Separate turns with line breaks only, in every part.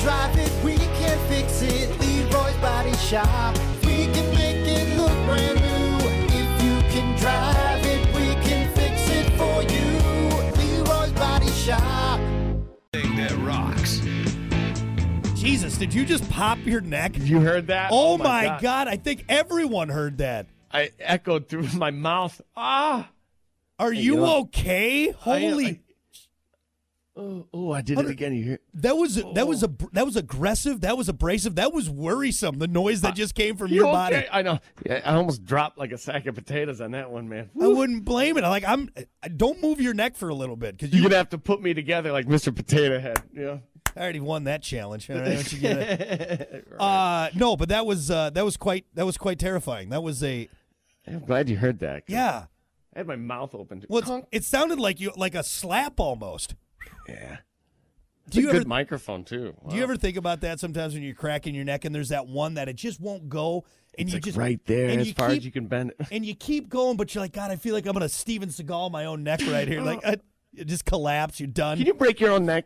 drive it, we can fix it. Leroy's Body Shop. We can make it look brand new. If you can drive it, we can fix it for you. Leroy's Body Shop.
Thing that rocks.
Jesus, did you just pop your neck?
You heard that?
Oh, my God. I think everyone heard that.
I echoed through my mouth. Ah!
Are
Hey,
you
you know-
okay? Holy,
I- Oh, oh, I did it
Hunter-
again. You hear?
that was that was a
Oh.
that was aggressive. That was abrasive. That was worrisome. The noise that just came from
You
your
okay?
body.
I know. Yeah, I almost dropped like a sack of potatoes on that one, man.
I wouldn't blame it. I like I'm. I- Don't move your neck for a little bit because
You're
you.
gonna have to put me together like Mr. Potato Head. You know?
I already won that challenge. All right, what you gonna- uh, no, but that was uh, that was quite that was quite terrifying. That was a
I'm glad you heard that. 'cause
yeah.
I had my mouth open.
Well,
Conk.
it's, it sounded like you like a slap almost.
yeah. It's
Do
a
you
good
ever
microphone too.
do you
Wow.
ever think about that sometimes when you're cracking your neck and there's that one that it just won't go and
It's
you
like
just
right there
and
as
you
far
keep,
as you can bend it.
and you keep going, but you're like, God, I feel like I'm gonna Steven Seagal my own neck right here. Like, uh, you just collapse. You're done.
Can you break your own neck?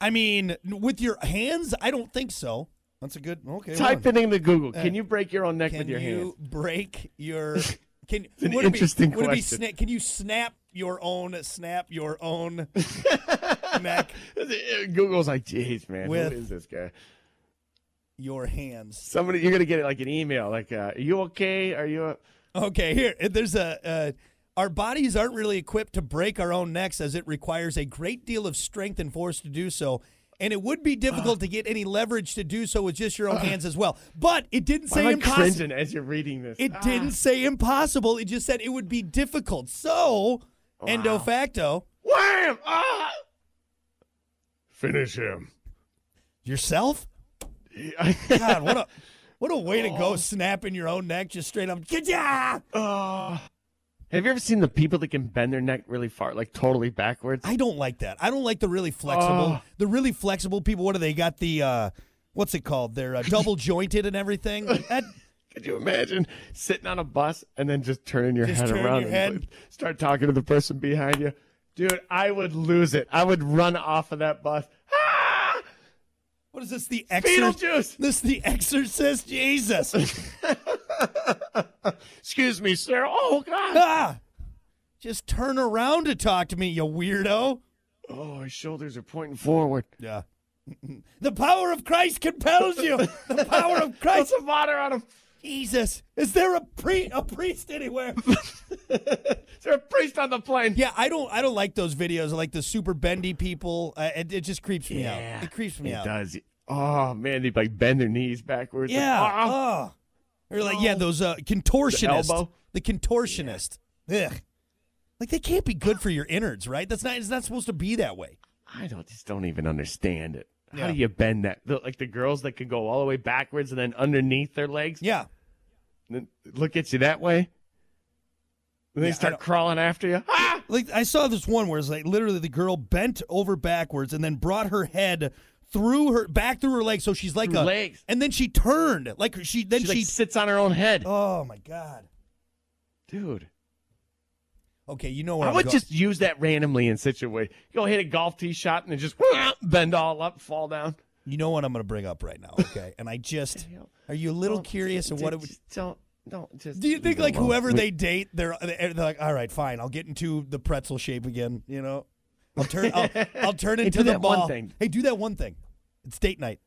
I mean, with your hands, I don't think so. That's a good. Okay.
Type
well,
it into Google. Can you break your own neck
Uh, Can
with your
you
hands?
break your? Can
an
would
interesting
it be, would it be
question.
sna- can you snap your own? Snap your own neck.
Google's like, jeez, man,
With-
who is this guy?
Your hands.
Somebody, you're gonna get it like an email, like, uh, "Are you okay? Are you?"
Okay. Here, there's a. Uh, our bodies aren't really equipped to break our own necks, as it requires a great deal of strength and force to do so. And it would be
Ah.
difficult to get any leverage to do so with just your own hands as well. But it didn't
Why
say
am I
impossible.
cringing Ah. as you're reading this?
It didn't say impossible. It just said it would be difficult. So, and endo facto,
Wham! Ah! Finish him.
yourself. God, what a what a way to
Oh.
go, snapping your own neck just straight up. Gah!
Ah. Have you ever seen the people that can bend their neck really far, like totally backwards?
I don't like that. I don't like the really flexible.
Oh.
The really flexible people. What do they got? The uh, what's it called? They're uh, double jointed and everything. That,
Could you imagine sitting on a bus and then just turning your
Just
head
turn
around
your
and
head.
start talking to the person behind you? Dude, I would lose it. I would run off of that bus. Ah!
what is this? The exorcist.
Beetlejuice!
This the Exorcist. Jesus.
Excuse me, sir. Oh, God.
ah! Just turn around to talk to me, you weirdo.
Oh, his shoulders are pointing forward.
Yeah. the power of Christ compels you. The power of
Put
Christ.
some water on him.
Jesus. Is there a pre a priest anywhere?
Is there a priest on the plane?
yeah, I don't I don't like those videos. I like the super bendy people. Uh, it, it just creeps me out. It creeps me
It
out.
does. Oh, man. They like bend their knees backwards.
Yeah.
Ah.
Oh. Or like yeah, those uh contortionists. The,
elbow?
contortionist. Ugh. Like they can't be good for your innards, right? That's not it's not supposed to be that way.
I don't just don't even understand it. How
Yeah.
do you bend that? The- like the girls that can go all the way backwards and then underneath their legs,
Yeah.
and then look at you that way. And they
Yeah, I
start
don't-
crawling after you. Ah!
Like I saw this one where it's like literally the girl bent over backwards and then brought her head through her back through her legs, so she's like
Through
a
legs.
and then she turned like she then
She,
she.
like, sits on her own head.
oh my god.
Dude,
Okay, you know where
I
I'm
would
go-
just use that randomly in such a way. Go hit a golf tee shot and then just bend all up, fall down.
You know what I'm going to bring up right now, okay? And I just are you a little curious of what it would?
Just don't, don't just.
Do you
leave
think
it
like
alone.
whoever
We-
they date, they're they're like, all right, fine, I'll get into the pretzel shape again. You know, I'll turn I'll, I'll turn
Hey,
into
do
the
that one
ball.
thing.
Hey, do that one thing. It's date night.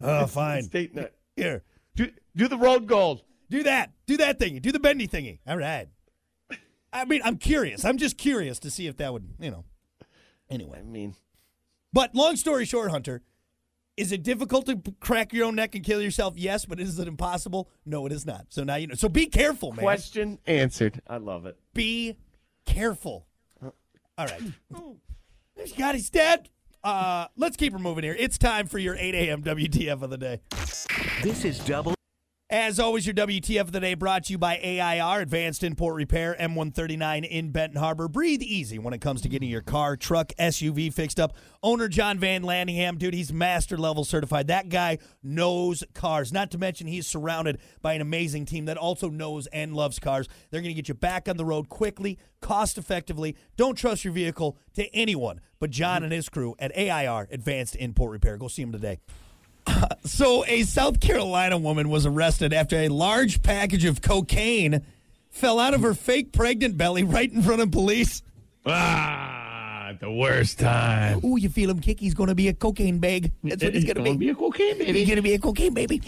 Oh, fine.
state nut.
Here,
Do, do the road gold.
Do that. Do that thingy. Do the bendy thingy. All right. I mean, I'm curious. I'm just curious to see if that would, you know.
I
Anyway,
mean,
but long story short, Hunter, is it difficult to p- crack your own neck and kill yourself? Yes, but is it impossible? No, it is not. So now you know. So be careful, man.
question answered. I love it.
Be careful. All right. There's God, he's dead. Uh, let's keep her moving here. It's time for your 8 a.m. WTF of the day.
This is double.
As always, your WTF of the day brought to you by AIR, Advanced Import Repair, M139 in Benton Harbor. Breathe easy when it comes to getting your car, truck, SUV fixed up. Owner John Van Lanningham, dude, he's master level certified. That guy knows cars. Not to mention, he's surrounded by an amazing team that also knows and loves cars. They're going to get you back on the road quickly, cost effectively. Don't trust your vehicle to anyone but John and his crew at AIR, Advanced Import Repair. Go see him today. So, a South Carolina woman was arrested after a large package of cocaine fell out of her fake pregnant belly right in front of police.
Ah, the worst time.
Ooh, you feel him, Kick? He's going to be a cocaine bag. That's what he's going to be.
a cocaine
He's going to be a cocaine baby.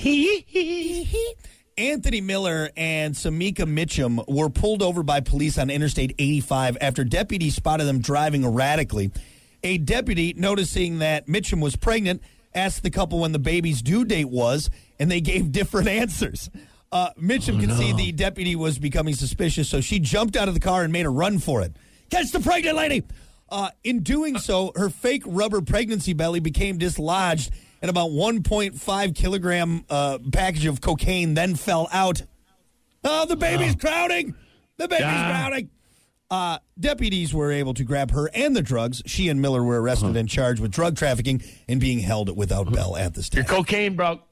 Anthony Miller and Samika Mitchum were pulled over by police on Interstate 85 after deputies spotted them driving erratically. A deputy, noticing that Mitchum was pregnant, asked the couple when the baby's due date was, and they gave different answers. Uh, Mitchum could see the deputy was becoming suspicious, so she jumped out of the car and made a run for it. Catch the pregnant lady! Uh, in doing so, her fake rubber pregnancy belly became dislodged, and about 1.5 kilogram uh, package of cocaine then fell out. Oh, the baby's crowding! The baby's
Ah.
crowding! Uh, deputies were able to grab her and the drugs. She and Miller were arrested and charged with drug trafficking and being held without bail at this time.
Your cocaine broke.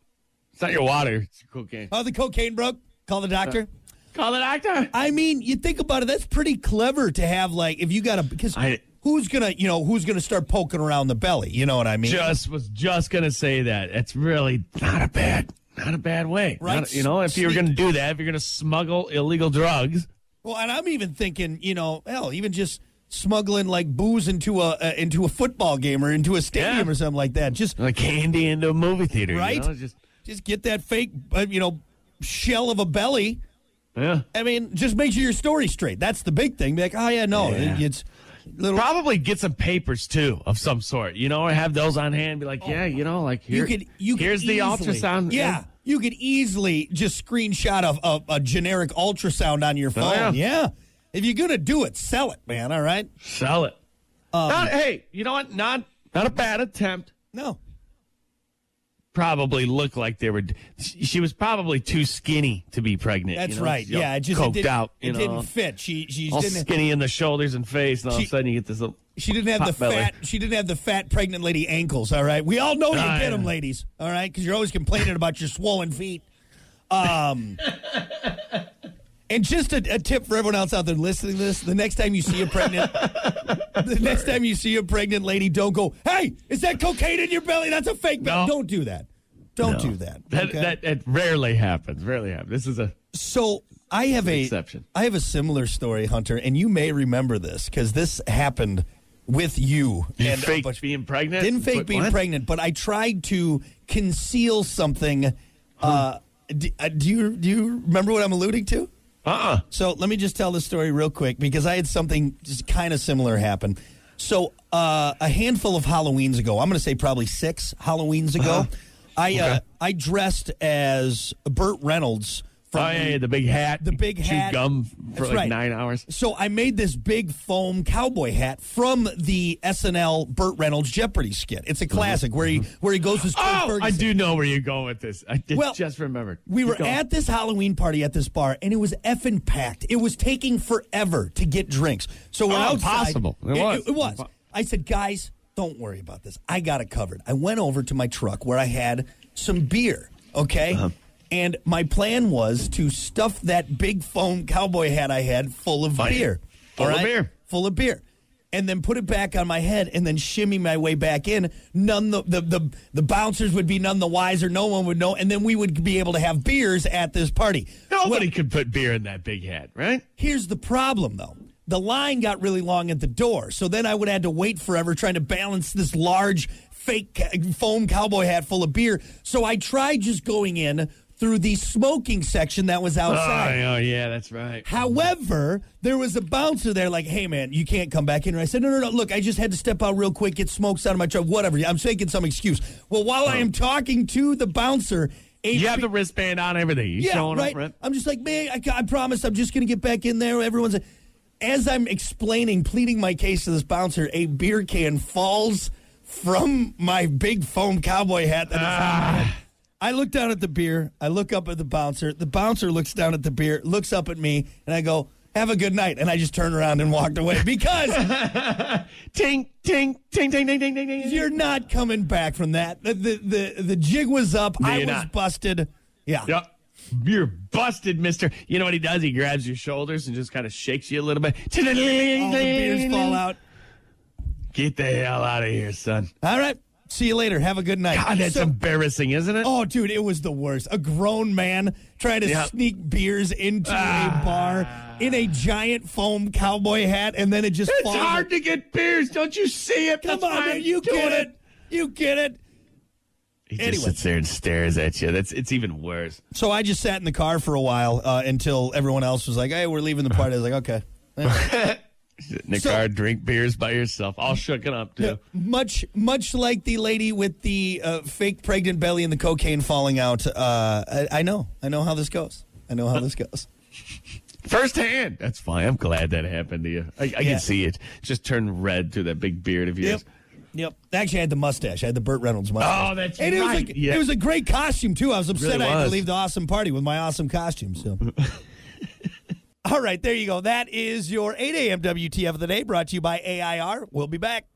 It's not your water. It's your cocaine.
Oh, the cocaine broke. Call the doctor.
Call the doctor.
I mean, you think about it. That's pretty clever to have. Like, if you got a because
I-
who's gonna, you know, who's gonna start poking around the belly? You know what I mean?
Just was just gonna say that. It's really not a bad, not a bad way.
Right.
Not- you know, if you're
Sneak-
gonna do that, if you're gonna smuggle illegal drugs,
well, and I'm even thinking, you know, hell, even just smuggling like booze into a uh, into a football game or into a stadium
Yeah.
or something like that. Just
like candy into a movie theater, you
right,
know, Just
just get that fake, uh, you know, shell of a belly.
yeah.
I mean, just make sure your story's straight. That's the big thing. Be like, oh yeah, no,
Yeah.
it- it's little.
Probably get some papers too of some sort, you know, or have those on hand. Be like, yeah, you know, like here,
you could you could
here's the
easily-
ultrasound.
Yeah, you could easily just screenshot of a, a generic ultrasound on your phone.
Oh, yeah.
yeah. if you're gonna do it, sell it, man. All right.
Sell it.
Um,
not, hey, you know what? Not not a bad attempt.
No.
Probably looked like they were. She she was probably too skinny to be pregnant.
That's
you know?
right.
She's all
Yeah, it just it
coked
didn't,
out. You
it
know,
didn't fit. She she
all
didn't
skinny in the shoulders and face, and all
She-
of a sudden you get this little.
she didn't have the
Potbelly.
fat she didn't have the fat pregnant lady ankles. All right, we all know you
Ah,
get
yeah.
them, ladies. All right, because you're always complaining about your swollen feet. Um, and just a, a tip for everyone else out there listening to this: the next time you see a pregnant, the next time you see a pregnant lady, don't go, "Hey, is that cocaine in your belly? That's a fake."
No.
belly." Don't do that. Don't do that.
That,
okay?
that that rarely happens. Rarely happens. This is a
So I have a
exception.
I have a similar story, Hunter, and you may remember this because this happened with you and a
fake
bunch-
being pregnant.
didn't fake
What-
being
what?
pregnant, but I tried to conceal something. Uh, do, uh, do you do you remember what I'm alluding to?
Uh-uh.
So let me just tell the story real quick because I had something just kind of similar happen. So uh, a handful of Halloweens ago, I'm going to say probably six Halloweens ago, I uh, I dressed as Burt Reynolds from
Oh, yeah, yeah, the big hat.
the big
Chewed
hat.
gum for
That's
like
right.
nine hours.
So I made this big foam cowboy hat from the SNL Burt Reynolds Jeopardy skit. It's a classic where he where he goes as Craig
Uh-huh. Oh, I
Ferguson.
do know where you're going with this. I did,
Well,
just remembered.
We
Keep
were
going.
at this Halloween party at this bar, and it was effing packed. It was taking forever to get drinks. So we're
Oh,
outside.
impossible. It was.
It, was. I said, guys, don't worry about this. I got it covered. I went over to my truck where I had some beer. Okay.
Uh-huh.
And my plan was to stuff that big foam cowboy hat I had full of
Fine.
beer.
Full
all
of beer.
Full of beer. And then put it back on my head and then shimmy my way back in. None the, the the the bouncers would be none the wiser, no one would know, and then we would be able to have beers at this party.
Nobody
Well,
could put beer in that big hat, right?
here's the problem though. The line got really long at the door, so then I would had to wait forever trying to balance this large fake ca- foam cowboy hat full of beer. So I tried just going in through the smoking section that was outside.
Oh, oh, yeah, that's right.
However, there was a bouncer there, like, "Hey, man, you can't come back in." And I said, "No, no, no. Look, I just had to step out real quick, get smokes out of my truck, whatever. I'm making some excuse." Well, while I am talking to the bouncer, a
Oh. You have the wristband on, everything. You
yeah,
showing
right.
up, right?
I'm just like, man, I, ca- I promise, I'm just gonna get back in there. Everyone's. As I'm explaining, pleading my case to this bouncer, a beer
Ah.
can falls from my big foam cowboy hat that is on my head. I look down at the beer. I look up at the bouncer. The bouncer looks down at the beer, looks up at me, and I go, "Have a good night." And I just turned around and walked away because
Ting, ting, ting, ting, ting, ting, ting, ting.
you're not coming back from that. The the the, the jig was up. I was
you're not.
busted. Yeah.
Yep. You're busted, mister. You know what he does? He grabs your shoulders and just kind of shakes you a little bit.
All the beers fall out.
Get the hell out of here, son.
All right. See you later. Have a good night.
God, that's
So-
embarrassing, isn't it?
Oh, dude, it was the worst. A grown man trying to
Yeah. Ah.
sneak beers into a bar in a giant foam cowboy hat, and then it just
it's
falls.
hard to get beers. Don't you see it?
Come
That's why
on,
I'm
man, you
doing
get it. You get it.
He just
Anyway.
sits there and stares at you. That's it's even worse.
So I just sat in the car for a while uh, until everyone else was like, "Hey, we're leaving the party." I was like, "Okay."
Sit in the
So- Mm-hmm.
car, drink beers by yourself, all shooken up too.
Much, much like the lady with the uh, fake pregnant belly and the cocaine falling out. Uh, I, I know, I know how this goes. I know how this goes.
Firsthand. That's fine. I'm glad that happened to you. I, I
Yeah.
can see it. Just turn red through that big beard of yours.
Yep. Actually, I had the mustache. I had the Burt Reynolds mustache.
Oh, that's
and it Was
right.
a,
Yeah.
It was a great costume too. I was upset
really
I had to
was.
leave the awesome party with my awesome costume. So. All right, there you go. That is your 8 a.m. WTF of the day, brought to you by AIR. We'll be back.